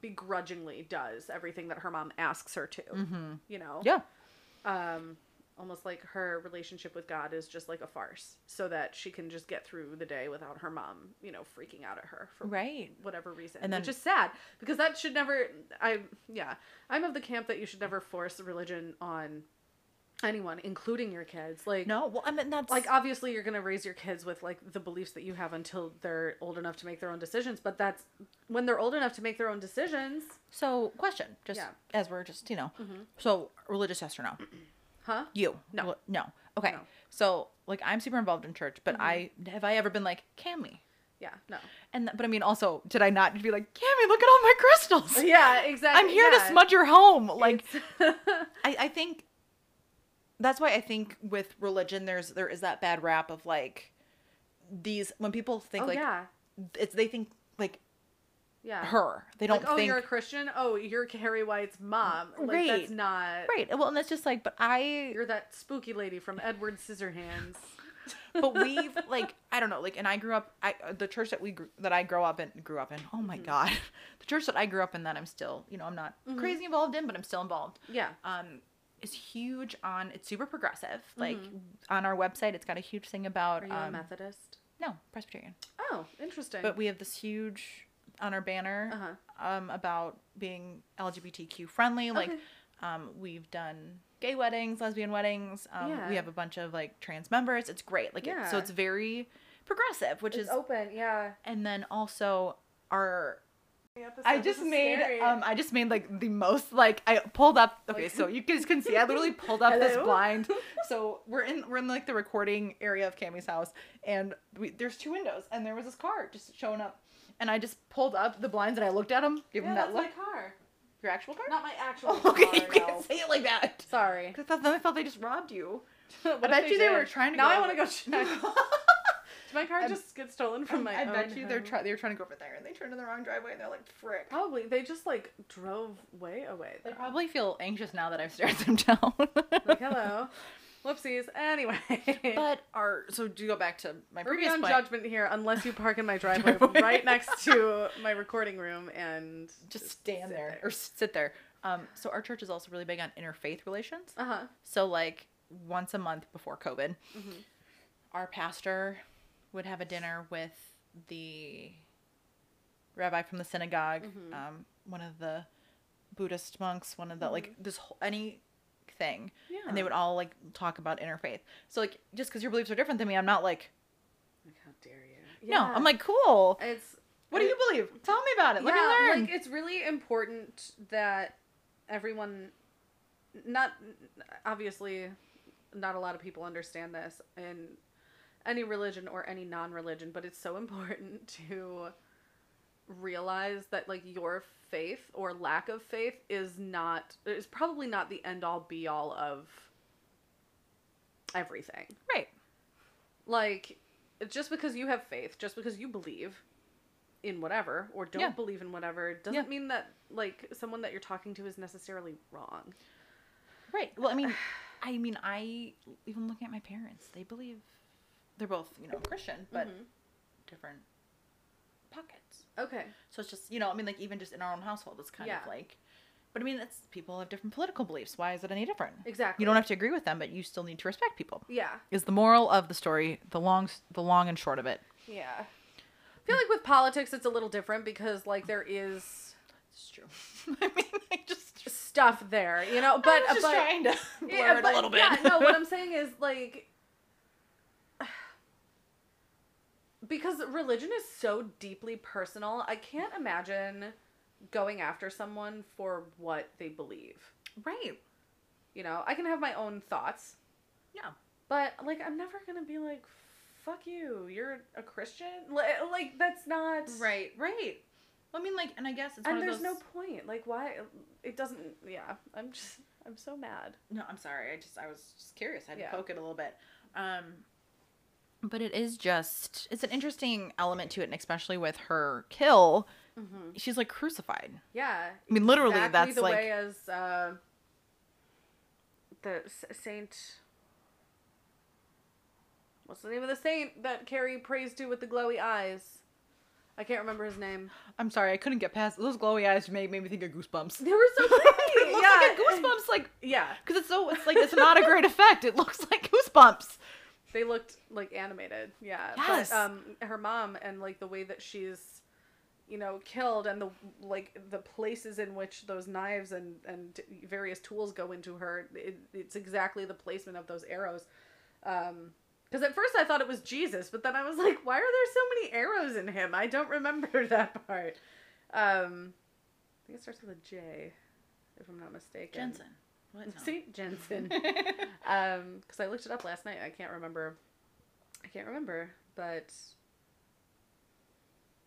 begrudgingly does everything that her mom asks her to you know
Mm-hmm. Yeah.
um almost like her relationship with god is just like a farce so that she can just get through the day without her mom you know freaking out at her for
Right.
whatever reason
And
and
then-
then just sad because that should never i yeah i'm of the camp that you should never force religion on anyone including your kids like
No, well, I mean, that's
like obviously you're going to raise your kids with like the beliefs that you have until they're old enough to make their own decisions but that's when they're old enough to make their own decisions
so question, just
Yeah. Mm-hmm.
as we're just, you know, so religious, yes or no?
huh
You.
No.
Well, No. Okay.
No. Mm-hmm.
So like I'm super involved in church, but I have I ever been like, Cammy.
yeah no
And th- but I mean also, did I not be like, Cammy, look at all my crystals.
yeah exactly
I'm here to
yeah.
smudge your home. Like
It's-
I, I think that's why I think with religion there's there is that bad rap of like these when people think
oh,
like
yeah
it's they think like
yeah
her. They don't
like, oh
think
you're a christian oh you're carrie white's mom like
Right.
that's not
Right. Well, and that's just like, but I
you're that spooky lady from edward scissorhands
but we've like I don't know like and I grew up I uh, the church that we grew, that I grew up in grew up in oh
Mm-hmm.
my god the church that I grew up in that I'm still you know I'm not crazy involved in but I'm still involved
yeah
um is huge on it's super progressive like on our website it's got a huge thing about
Mm-hmm. are you a
um,
methodist
no Presbyterian
oh interesting Uh-huh.
but we have this huge on our banner um, about being LGBTQ friendly. Like, um, we've done gay weddings, lesbian weddings. Um,
Yeah.
We have a bunch of like trans members. It's great. Like, it, so
Yeah.
it's very progressive, which is.
open, yeah.
And then also our I just made um I just made like the most like I pulled up okay so you guys can see I literally pulled up this
Hello?
blind so we're in we're in like the recording area of Cammy's house and we, there's two windows and there was this car just showing up and I just pulled up the blinds and I looked at them give them that look
car.
your actual car
Not my actual
oh, okay you
car.
can't say it like that
Sorry.
'Cause I thought, then I thought they just robbed you
What
I
if
bet you they were
did?
trying to
Now
go
I want to
over-
go check. Did my car
I-
just get stolen from my
I
own
bet you they're
home?
trying they were trying to go over there and they turned in the wrong driveway and they're like frick
Probably. They just like drove way away.
they
though.
probably feel anxious now that I've stared them down
like, hello. Whoopsies. Anyway.
But our so to go back to my
We're
previous
beyond
point,
judgment here unless you park in my driveway
Driveway.
right next to my recording room and
just stand
sit
there,
there.
or sit there. Um, so our church is also really big on interfaith relations.
uh huh.
So like once a month before COVID,
Mm-hmm.
our pastor would have a dinner with the rabbi from the synagogue,
Mm-hmm.
um, one of the Buddhist monks, one of the like this whole any thing and they
Mm-hmm. Yeah.
would all like talk about interfaith so like just because your beliefs are different than me i'm not like
Like how dare you?
no i'm like cool
it's
what do you believe tell me about it let
yeah,
me learn
Like it's really important that everyone, not obviously, not a lot of people understand this in any religion or any non-religion, but it's so important to realize that like your faith or lack of faith is not is probably not the end all be all of everything
right
like just because you have faith just because you believe in whatever or don't
Yeah.
believe in whatever doesn't
Yeah.
mean that like someone that you're talking to is necessarily wrong
Right. Well, I mean, I mean, I even looking at my parents, they believe they're both you know Christian, but
Mm-hmm.
different pockets.
okay
So it's just you know, I mean, like even just in our own household, it's kind
Yeah.
of like. But I mean, it's people have different political beliefs. Why is it any different?
Exactly.
You don't have to agree with them, but you still need to respect people.
yeah
Is the moral of the story the long, the long and short of it?
yeah i feel like with politics it's a little different because like there is
It's true. I mean, I just.
stuff there you know but
I was just
but
trying to blur
Yeah,
it
but-
a little bit.
Yeah, no, what I'm saying is like because religion is so deeply personal, I can't imagine going after someone for what they believe.
right.
You know, I can have my own thoughts,
Yeah.
but like I'm never going to be like fuck you, you're a Christian. Like, like that's not
Right. Right. I mean, like, and I guess it's one
And
of
there's no
those-
point. Like why it doesn't yeah, I'm just I'm so mad.
No, I'm sorry. I just I was just curious. I had
Yeah.
to poke it a little bit. Um but it is just it's an interesting element to it and especially with her kill. She's like crucified.
Yeah.
I mean literally
exactly
that's
the
like
way as uh, the S- saint. What's the name of the saint that Carrie prays to with the glowy eyes? I can't remember his name.
I'm sorry, I couldn't get past those glowy eyes made made me think of goosebumps.
They were so
it
pretty.
looks
yeah,
like a goosebumps like
Yeah,
cuz it's so it's like it's not a great effect. It looks like goosebumps.
they looked like animated. Yeah.
Yes.
But, um, her mom and like the way that she's, you know, killed and the like the places in which those knives and and various tools go into her. It, it's exactly the placement of those arrows. Um, because at first I thought it was Jesus, but then I was like, why are there so many arrows in him? I don't remember that part. Um, I think it starts with a J, if I'm not mistaken.
What?
Saint Jensen. um, because I looked it up last night. I can't remember. I can't remember, but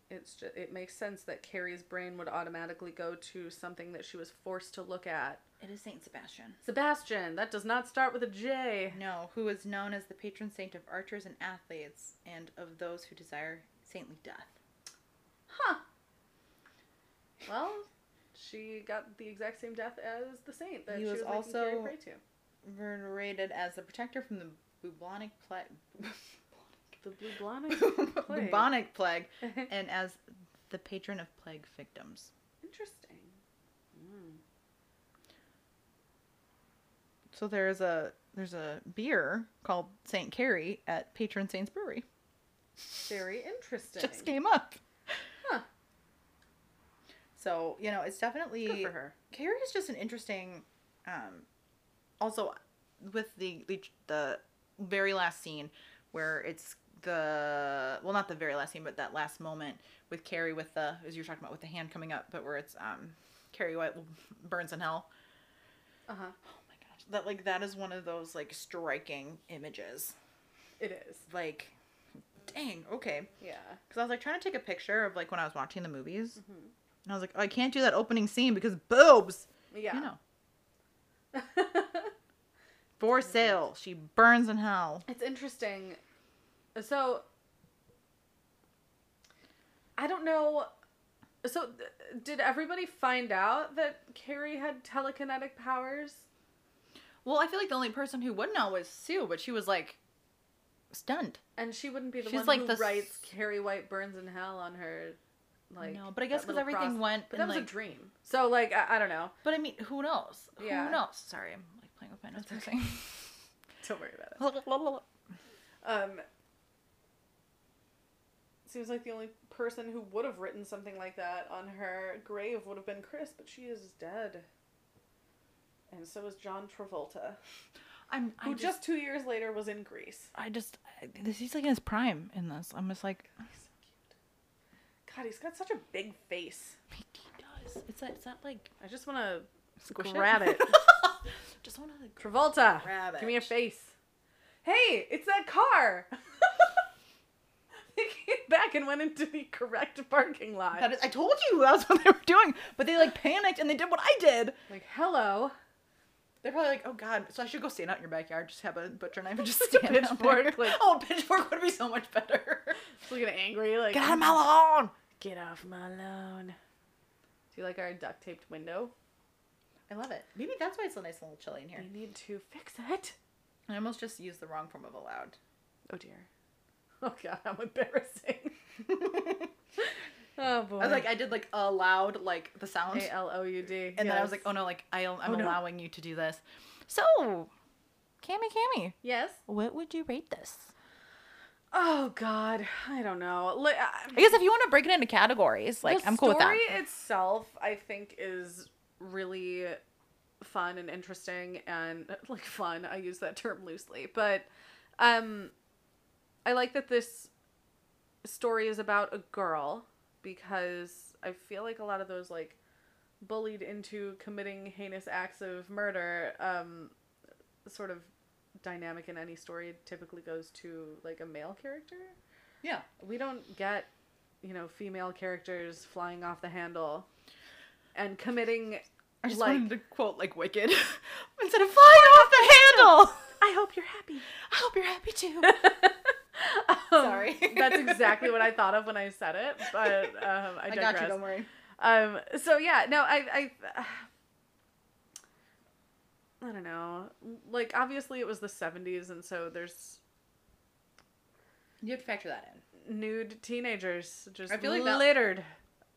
it's just, it makes sense that Carrie's brain would automatically go to something that she was forced to look at.
It is Saint Sebastian.
Sebastian. That does not start with a J.
No, who is known as the patron saint of archers and athletes and of those who desire saintly death.
Huh. Well, she got the exact same death as the saint that
He
she
was
was, also
also-
Carrie pray to.
venerated as the protector from the bubonic plague,
The blue blonde. Plague.
bubonic plague, and as the patron of plague victims.
Interesting.
So there's a there's a beer called Saint Carrie at Patron Saints Brewery.
Very interesting.
Just came up.
Huh.
So you know, it's definitely
Good for her.
Carrie is just an interesting. Um, also, with the the the very last scene where it's the well, not the very last scene, but that last moment with Carrie with the as you were talking about with the hand coming up, but where it's um Carrie White burns in hell.
Uh huh.
Oh my gosh, that like that is one of those like striking images.
It is.
Like, dang, okay.
Yeah.
Because I was like trying to take a picture of like when I was watching the movies, and I was like, oh, I can't do that opening scene because boobs.
Yeah.
You know, for sale, she burns in hell.
It's interesting. So I don't know. So th- did everybody find out that Carrie had telekinetic powers?
Well, I feel like the only person who would know was Sue, but she was like stunned.
And she wouldn't be the
She's
one
like
who
the s-
writes Carrie White burns in hell on her like
No, but I guess
that
'cause
little
everything went
But
in,
that was
like-
a dream. So like I, I don't know.
But I mean, who knows?
Yeah.
Who knows? Sorry, I'm like playing with my notes.
That's
Okay.
Don't worry about it. Um seems like the only person who would have written something like that on her grave would have been Chris, but she is dead. And so is John Travolta,
I'm. I
who
just.
just 2 years later was in Greece.
I just. I, this he's like in his prime in this. I'm just like.
He's so cute. God, he's got such a big face.
He does. It's that. It's that like.
I just want to
Squish it?
grab it.
just want to. Like,
Travolta,
Grab
give me
it.
your face. Hey, it's that car. they came back and went into the correct parking lot.
that is, I told you that's what they were doing, but they like panicked and they did what I did.
like, hello.
They're probably like, oh god, so I should go stand out in your backyard, just have a butcher knife and just
Just a
stand out there.
pitchfork, like-
oh, a pitchfork would be so much better.
Just looking angry, like,
Get out of my lawn.
Get off my lawn. Do you like our duct taped window?
I love it. Maybe that's why it's so nice and a little chilly in here.
We need to fix it.
I almost just used the wrong form of allowed.
Oh dear. Oh god, I'm embarrassing. oh boy.
I was like, I did like allowed like the sound,
A L O U D.
and then I was like, oh no, like I, I'm
Oh, no.
allowing you to do this. So, Cammy, Cammy,
yes.
what would you rate this?
Oh god, I don't know. Li- I-
I guess if you want to break it into categories, like
the
I'm cool with that.
story itself, I think, is really fun and interesting and like fun. I use that term loosely, but um, I like that this story is about a girl because I feel like a lot of those like bullied into committing heinous acts of murder um, sort of dynamic in any story typically goes to like a male character
Yeah.
we don't get you know female characters flying off the handle and committing
I just
like
wanted to quote like Wicked instead of flying off the handle.
i hope you're happy
I hope you're happy too.
Um,
Sorry.
that's exactly what i thought of when i said it but um, i,
I
digress.
got you. Don't worry.
um so yeah no i i i don't know like obviously it was the 70s and so there's
You have to factor that in.
nude teenagers just
I feel like that-
littered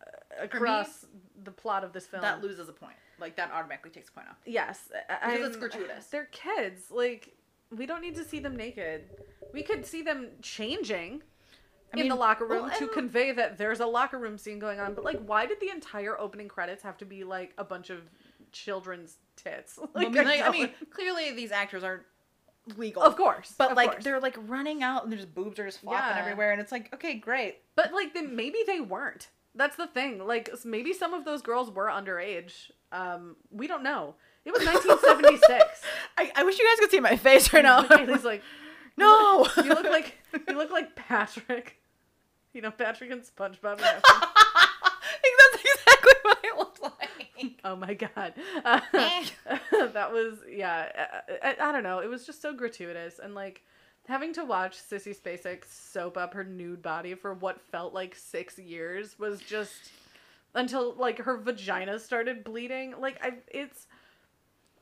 uh, across the plot of this film
That loses a point. Like that automatically takes a point off.
Yes, I-
Because it's
I'm-
gratuitous.
They're kids. Like we don't need to see them naked. We could see them changing
I
in the
mean,
locker room
well,
to
and-
convey that there's a locker room scene going on. But like, why did the entire opening credits have to be like a bunch of children's tits? Like,
I mean, like, I
don't-
mean, clearly these actors aren't legal,
of course,
but
of
like
course.
they're like running out and there's boobs are just flopping
Yeah.
everywhere, and it's like, okay, great.
but like then maybe they weren't. That's the thing. Like s- maybe some of those girls were underage. Um, we don't know. It was 1976.
I, I wish you guys could see my face right now.
Kaylee's like,
no,
You look like you look like Patrick. You know Patrick and SpongeBob. Reference.
that's exactly what it looks like.
oh my god, Uh, that was yeah. uh, I, I, I don't know. It was just so gratuitous and like having to watch Sissy Spacek soap up her nude body for what felt like six years was just until like her vagina started bleeding. Like I, it's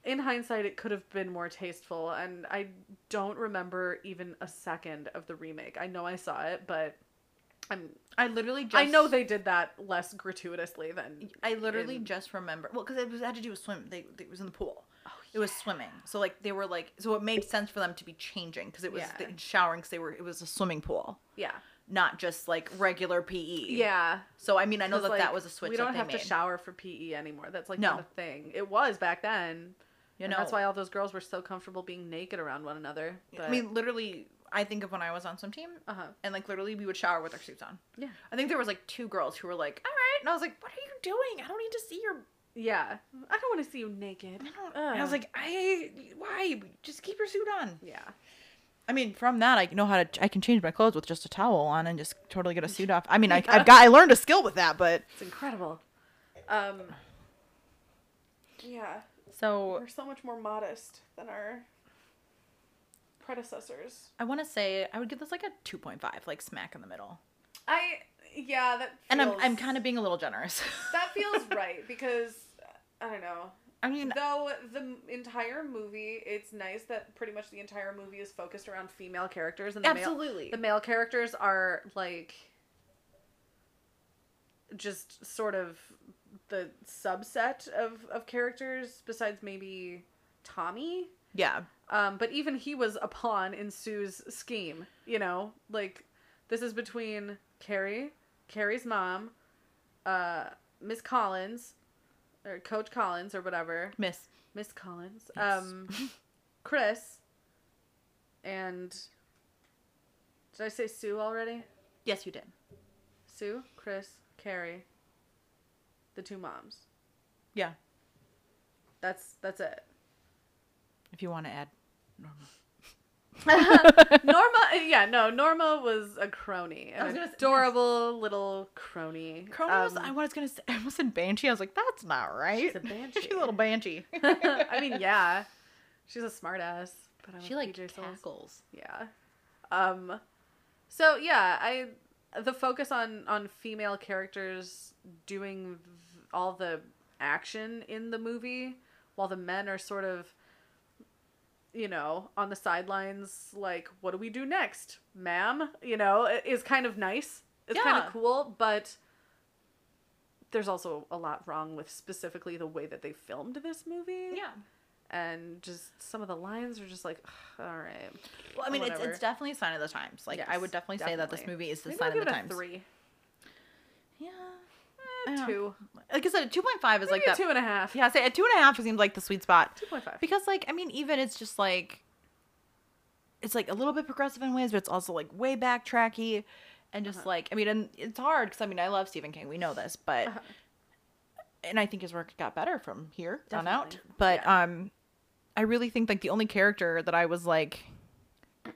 in hindsight, it could have been more tasteful, and I don't remember even a second of the remake. I know I saw it, but. I'm
I literally just
I know they did that less gratuitously than
I literally
in-
just remember well because it was had to do with swim. They, they- it was in the pool. It was swimming, so like they were like so it made sense for them to be changing because it was the,
Yeah.
showering because they were it was a swimming pool.
yeah.
not just like regular PE.
Yeah.
So I mean, I know
'Cause,
that that
like,
was a switch
We don't
that they
have
made.
to shower for PE anymore. That's like
No.
not a thing. It was back then.
you
and
know,
that's why all those girls were so comfortable being naked around one another. But,
I mean, literally, I think of when I was on some team,
uh huh.
and like literally, we would shower with our suits on.
Yeah.
I think there was like two girls who were like, "All right," and I was like, "What are you doing? I don't need to see your."
Yeah. I don't want to see you naked.
I don't. And
Uh.
I was like, "I why? Just keep your suit on."
yeah.
I mean, from that, I know how to. I can change my clothes with just a towel on and just totally get a suit off. I mean, I, I've got. I learned a skill with that, but
It's incredible. Um. Yeah.
so
so much more modest than our predecessors.
I want to say I would give this like a two point five, like smack in the middle.
I yeah, that
And I'm I'm
feels-
kind of being a little generous.
that feels right because I don't know.
I mean,
Though the m- entire movie, it's nice that pretty much the entire movie is focused around female characters and the male
absolutely.
the male characters are like just sort of the subset of of characters besides maybe Tommy.
yeah,
Um, but even he was a pawn in Sue's scheme. You know, like this is between Carrie, Carrie's mom, uh, Miss Collins, or Coach Collins, or whatever.
Miss.
Miss Collins,
Yes.
um, Chris, and did I say Sue already?
Yes, you did.
Sue, Chris, Carrie, the two moms.
Yeah.
That's that's it.
If you want to add.
Norma, yeah, no, Norma was a crony,
I was
an
gonna say-
adorable little crony.
Chronos,
Um,
I was gonna say, I was in Banshee. I was like, that's not right.
She's a banshee.
she's a little banshee.
I mean, yeah, she's a smartass, but I'm
she
a
like
PJ Souls.
tackles.
Yeah. Um, so yeah, I the focus on on female characters doing v- all the action in the movie, while the men are sort of, you know, on the sidelines, like, what do we do next, ma'am? You know, i- is kind of nice. It's kind
Yeah.
of cool, but there's also a lot wrong with specifically the way that they filmed this movie. And just some of the lines are just like, all right.
Well, I mean, it's,
Whatever.
it's definitely a sign of the times. Like, I
Yes,
would definitely, say that this
definitely.
movie is the
Maybe
sign
I'll
of the
give it a
times.
Three.
Yeah.
Eh,
Yeah.
Two.
Like I said, two point five is
Maybe
like that.
a two and a half.
Yeah, I say a two and a half seems like the sweet spot.
Two point five.
Because like I mean, even it's just like it's like a little bit progressive in ways, but it's also like way backtracky, and
Uh-huh.
just like I mean, and it's hard because I mean I love Stephen King, we know this, but
Uh-huh.
and I think his work got better from here on out.
Definitely,
But um, I really think like the only character that I was like.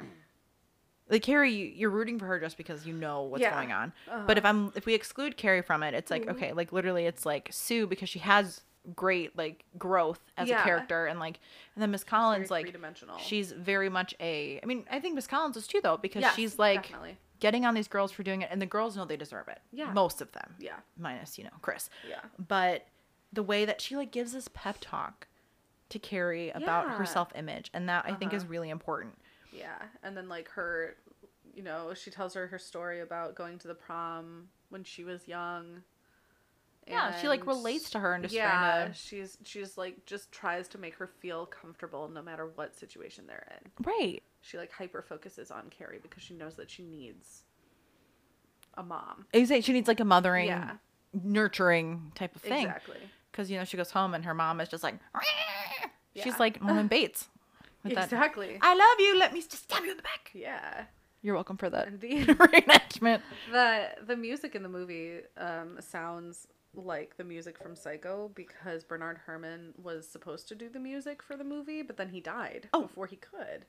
Like Carrie, you- you're rooting for her just because you know what's
Yeah.
going on.
Uh-huh.
But if I'm if we exclude Carrie from it, it's like
Mm-hmm.
okay, like literally, it's like Sue because she has great like growth as a
Yeah.
character, and like and then Miss Collins like
dimensional.
she's very much a. I mean, I think Miss Collins is too though because she's like
definitely.
getting on these girls for doing it, and the girls know they deserve it.
Yeah.
most of them.
Yeah.
minus you know Chris,
Yeah.
but the way that she like gives this pep talk to Carrie about
Yeah.
her self image, and that I think is
Uh-huh.
really important.
Yeah. And then like her you know, she tells her her story about going to the prom when she was young.
Yeah, she, like,
and-
relates to her and just trying
yeah,
to-
she's she's like just tries to make her feel comfortable no matter what situation they're in.
Right.
She like hyper focuses on Carrie because she knows that she needs a mom.
Exactly. She needs like a mothering,
Yeah.
nurturing type of thing.
Exactly.
because you know she goes home and her mom is just like
Yeah.
she's like Norman Bates. with that,
Exactly.
I love you. Let me just stab you in the back.
Yeah.
You're welcome for that
And the
reenactment.
the the music in the movie um, sounds like the music from Psycho because Bernard Herman was supposed to do the music for the movie, but then he died
Oh.
before he could.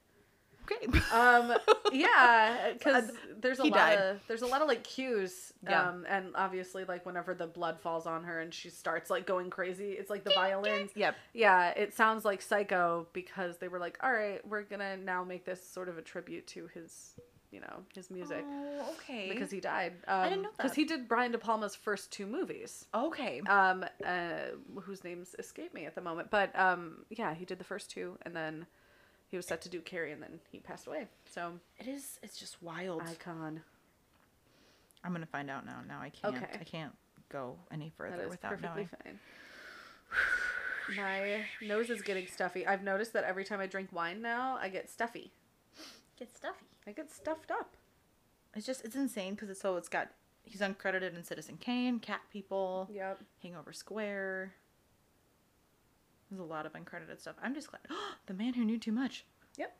Okay.
Um, yeah, because there's a
Uh, He
lot
died.
of there's a lot of like cues,
Yeah.
um, and obviously like whenever the blood falls on her and she starts like going crazy, it's like the violins.
yep.
Yeah, it sounds like Psycho because they were like, all right, we're gonna now make this sort of a tribute to his, you know, his music
Oh, okay.
because he died. Um,
didn't know
Because
that.
he did Brian De Palma's first two movies,
okay.
um, uh, whose names escape me at the moment. But um, yeah, he did the first two, and then he was set to do Carrie, and then he passed away. So
It is. It's just wild. I,
icon.
am gonna find out now. Now I can't.
Okay.
I can't go any
That
further
is
without
perfectly
knowing.
fine. My nose is getting stuffy. I've noticed that every time I drink wine now, I get stuffy.
Get stuffy.
I get stuffed up.
It's just it's insane because it's so it's got he's uncredited in Citizen Kane, Cat People,
Yep.
Hangover Square. There's a lot of uncredited stuff. I'm just glad the man who knew too much.
Yep.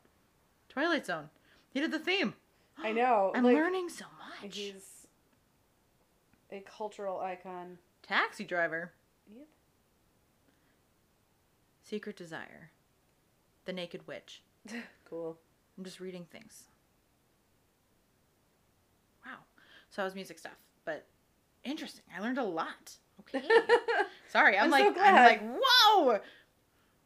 Twilight Zone. He did the theme.
I know.
I'm
like,
learning so much.
He's a cultural icon.
Taxi Driver.
Yep.
Secret Desire. The Naked Witch.
Cool.
I'm just reading things. Wow. So that was music stuff, but interesting. I learned a lot. Okay. Sorry, I'm,
I'm
like
so
I'm
glad.
like whoa.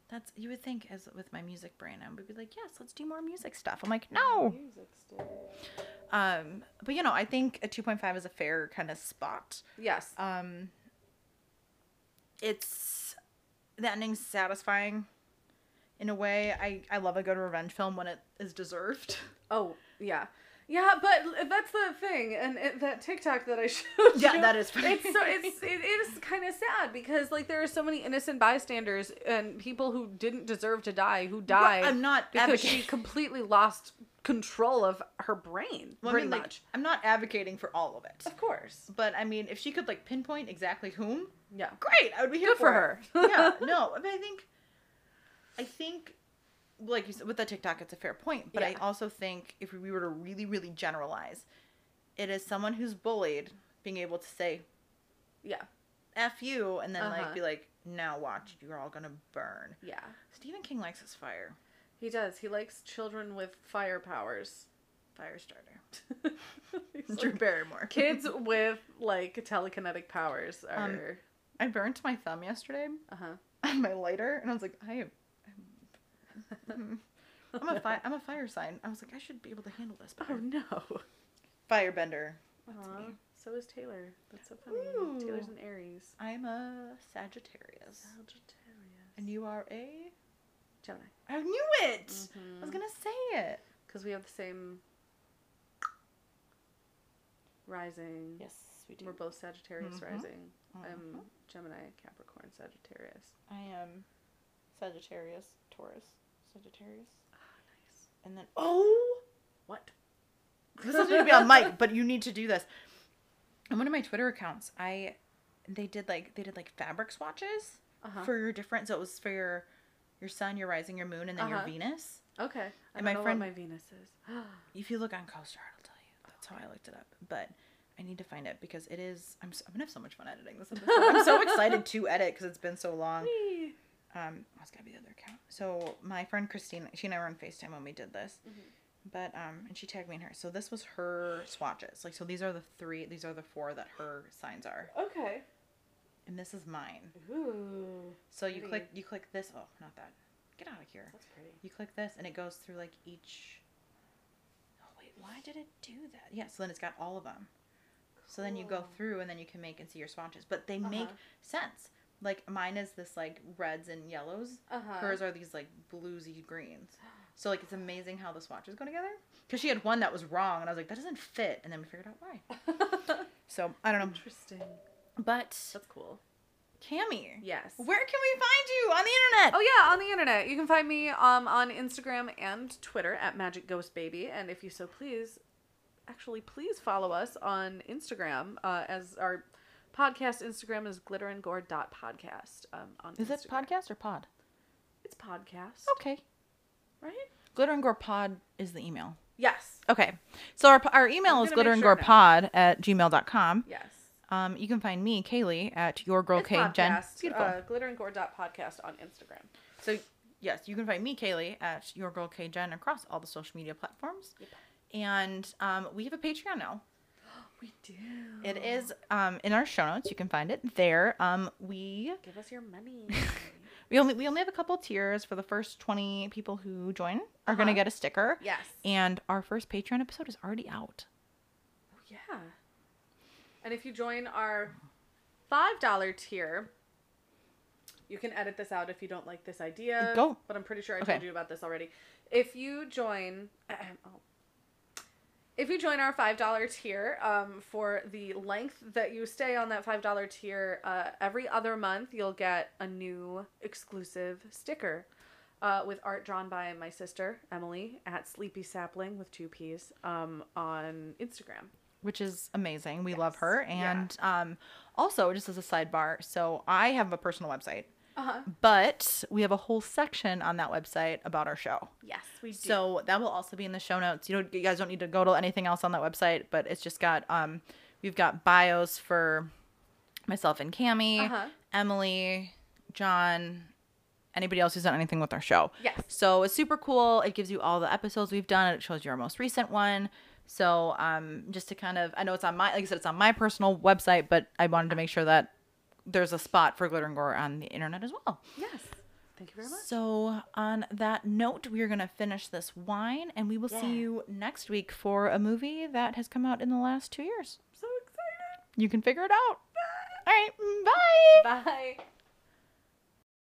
That's you would think as with my music brain, I would be like, yes, let's do more music stuff. I'm like, no.
Music stuff.
Um, but you know, I think a 2.5 is a fair kind of spot.
Yes.
Um, it's the ending's satisfying in a way. I I love a good revenge film when it is deserved.
Oh, yeah. Yeah, but that's the thing, and it, that TikTok that I showed
Yeah,
you,
that is funny.
It's so it's it is kind of sad because like there are so many innocent bystanders and people who didn't deserve to die who died.
I'm not
because she
advocating-
completely lost control of her brain,
Well, I
pretty
mean, like,
much.
I'm not advocating for all of it,
Of course.
but I mean, if she could like pinpoint exactly whom,
Yeah.
great, I would be here
Good
for,
for
it.
her.
yeah, no, but I think, I think, like you said, with the TikTok, it's a fair point. But I
Yeah.
also think if we were to really, really generalize, it is someone who's bullied being able to say
Yeah.
"f you" and then like
Uh-huh.
be like, "Now watch, you're all gonna burn."
Yeah.
Stephen King likes his fire,
He does. He likes children with fire powers.
fire starter.
He's
Drew
like,
Barrymore.
Kids with like telekinetic powers
Um,
are
I burnt my thumb yesterday.
uh huh.
on my lighter, and I was like, I am. I'm, I'm a fi- I'm a fire sign. I was like, I should be able to handle this.
Oh
Better.
no.
Oh, Firebender. me.
Aw, Uh-huh. So is Taylor. That's so funny. Taylor's
Ooh.
an Aries.
I'm a Sagittarius,
Sagittarius.
and you are a.
Gemini.
I knew it. I was gonna say it.
Because we have the same rising.
Yes, we
We're both Sagittarius
Mhm.
rising. I'm
Mhm.
Gemini, Capricorn, Sagittarius.
I am Sagittarius, Taurus, Sagittarius. And then oh,
What?
this is gonna be on mic, but you need to do this. On one of my Twitter accounts, I they did like they did like fabric swatches.
Uh-huh.
for your different. So it was for your your sun, your rising, your moon, and then your
Uh-huh.
Venus.
okay. I
And
don't
my
know
friend-
what my Venus is.
If you look on CoStar, it'll tell you. That's how I looked it up. But I need to find it because it is. I'm, so, I'm gonna have so much fun editing this. episode. I'm so excited to edit because it's been so long.
Whee!
Um, oh, it's gotta be the other account. So my friend Christine, she and I were on Facetime when we did this.
Mm-hmm.
But um, and she tagged me in her. So this was her swatches. Like so, these are the three. These are the four that her signs are,
okay.
and this is mine.
Ooh.
So you
Pretty.
click you click this. Oh, not that. Get out of here.
That's pretty.
You click this and it goes through like each. Oh, wait, why did it do that? Yeah, so then it's got all of them. So then you go
Cool.
through and then you can make and see your swatches. But they make
Uh-huh.
sense. Like mine is this like reds and yellows.
Uh huh.
Hers are these like bluesy greens. So like it's amazing how the swatches go together. Because she had one that was wrong and I was like, that doesn't fit. And then we figured out why. So I don't know.
Interesting.
But
That's cool.
Cammy,
Yes.
where can we find you on the internet?
Oh yeah, on the internet. You can find me um, on Instagram and Twitter at Magic Ghost Baby, and if you so please, actually please follow us on Instagram uh, as our podcast Instagram is glitterandgore.podcast. Um, on
Is that
Instagram.
podcast or pod?
It's podcast,
Okay.
right?
Glitter and Gore Pod is the email.
Yes,
Okay. So our, our email
I'm
is
gonna make sure
glitterandgorepod at gmail.com.
yes.
Um, you can find me, Kaylee, at your girl
It's
Kay Jen.
podcast,
Beautiful.
Uh, glitterandgore.podcast on Instagram.
so yes, you can find me, Kaylee, at your girl Kay Jen across all the social media platforms. And um, we have a Patreon now.
We do.
It is um, in our show notes. You can find it there. Um, we
Give us your money.
we only we only have a couple tiers for the first twenty people who join are gonna
Uh-huh.
get a sticker.
yes.
And our first Patreon episode is already out.
Yeah. And if you join our $5 tier, you can edit this out if you don't like this idea.
Uh, Go.
But I'm pretty sure I
Okay.
told you about this already. If you join. oh. If you join our $5 tier um, for the length that you stay on that $5 tier, uh, every other month you'll get a new exclusive sticker. uh, with art drawn by my sister Emily at Sleepy Sapling with two P's um, on Instagram.
which is amazing. We love her. And um, also, just as a sidebar, so I have a personal website, Uh-huh. but we have a whole section on that website about our show.
Yes, we do.
So that will also be in the show notes. You don't, you guys don't need to go to anything else on that website, but it's just got um, we've got bios for myself and Cami,
Uh-huh.
Emily, John, anybody else who's done anything with our show.
Yes.
So it's super cool. It gives you all the episodes we've done. It shows you our most recent one. So um, just to kind of, I know it's on my, like I said, it's on my personal website, but I wanted to make sure that there's a spot for Glitter and Gore on the internet as well.
yes, thank you very much.
So, on that note, we are going to finish this wine and we will see you next week for a movie that has come out in the last two years.
so excited.
You can figure it out. All right. mm, Bye.
Bye.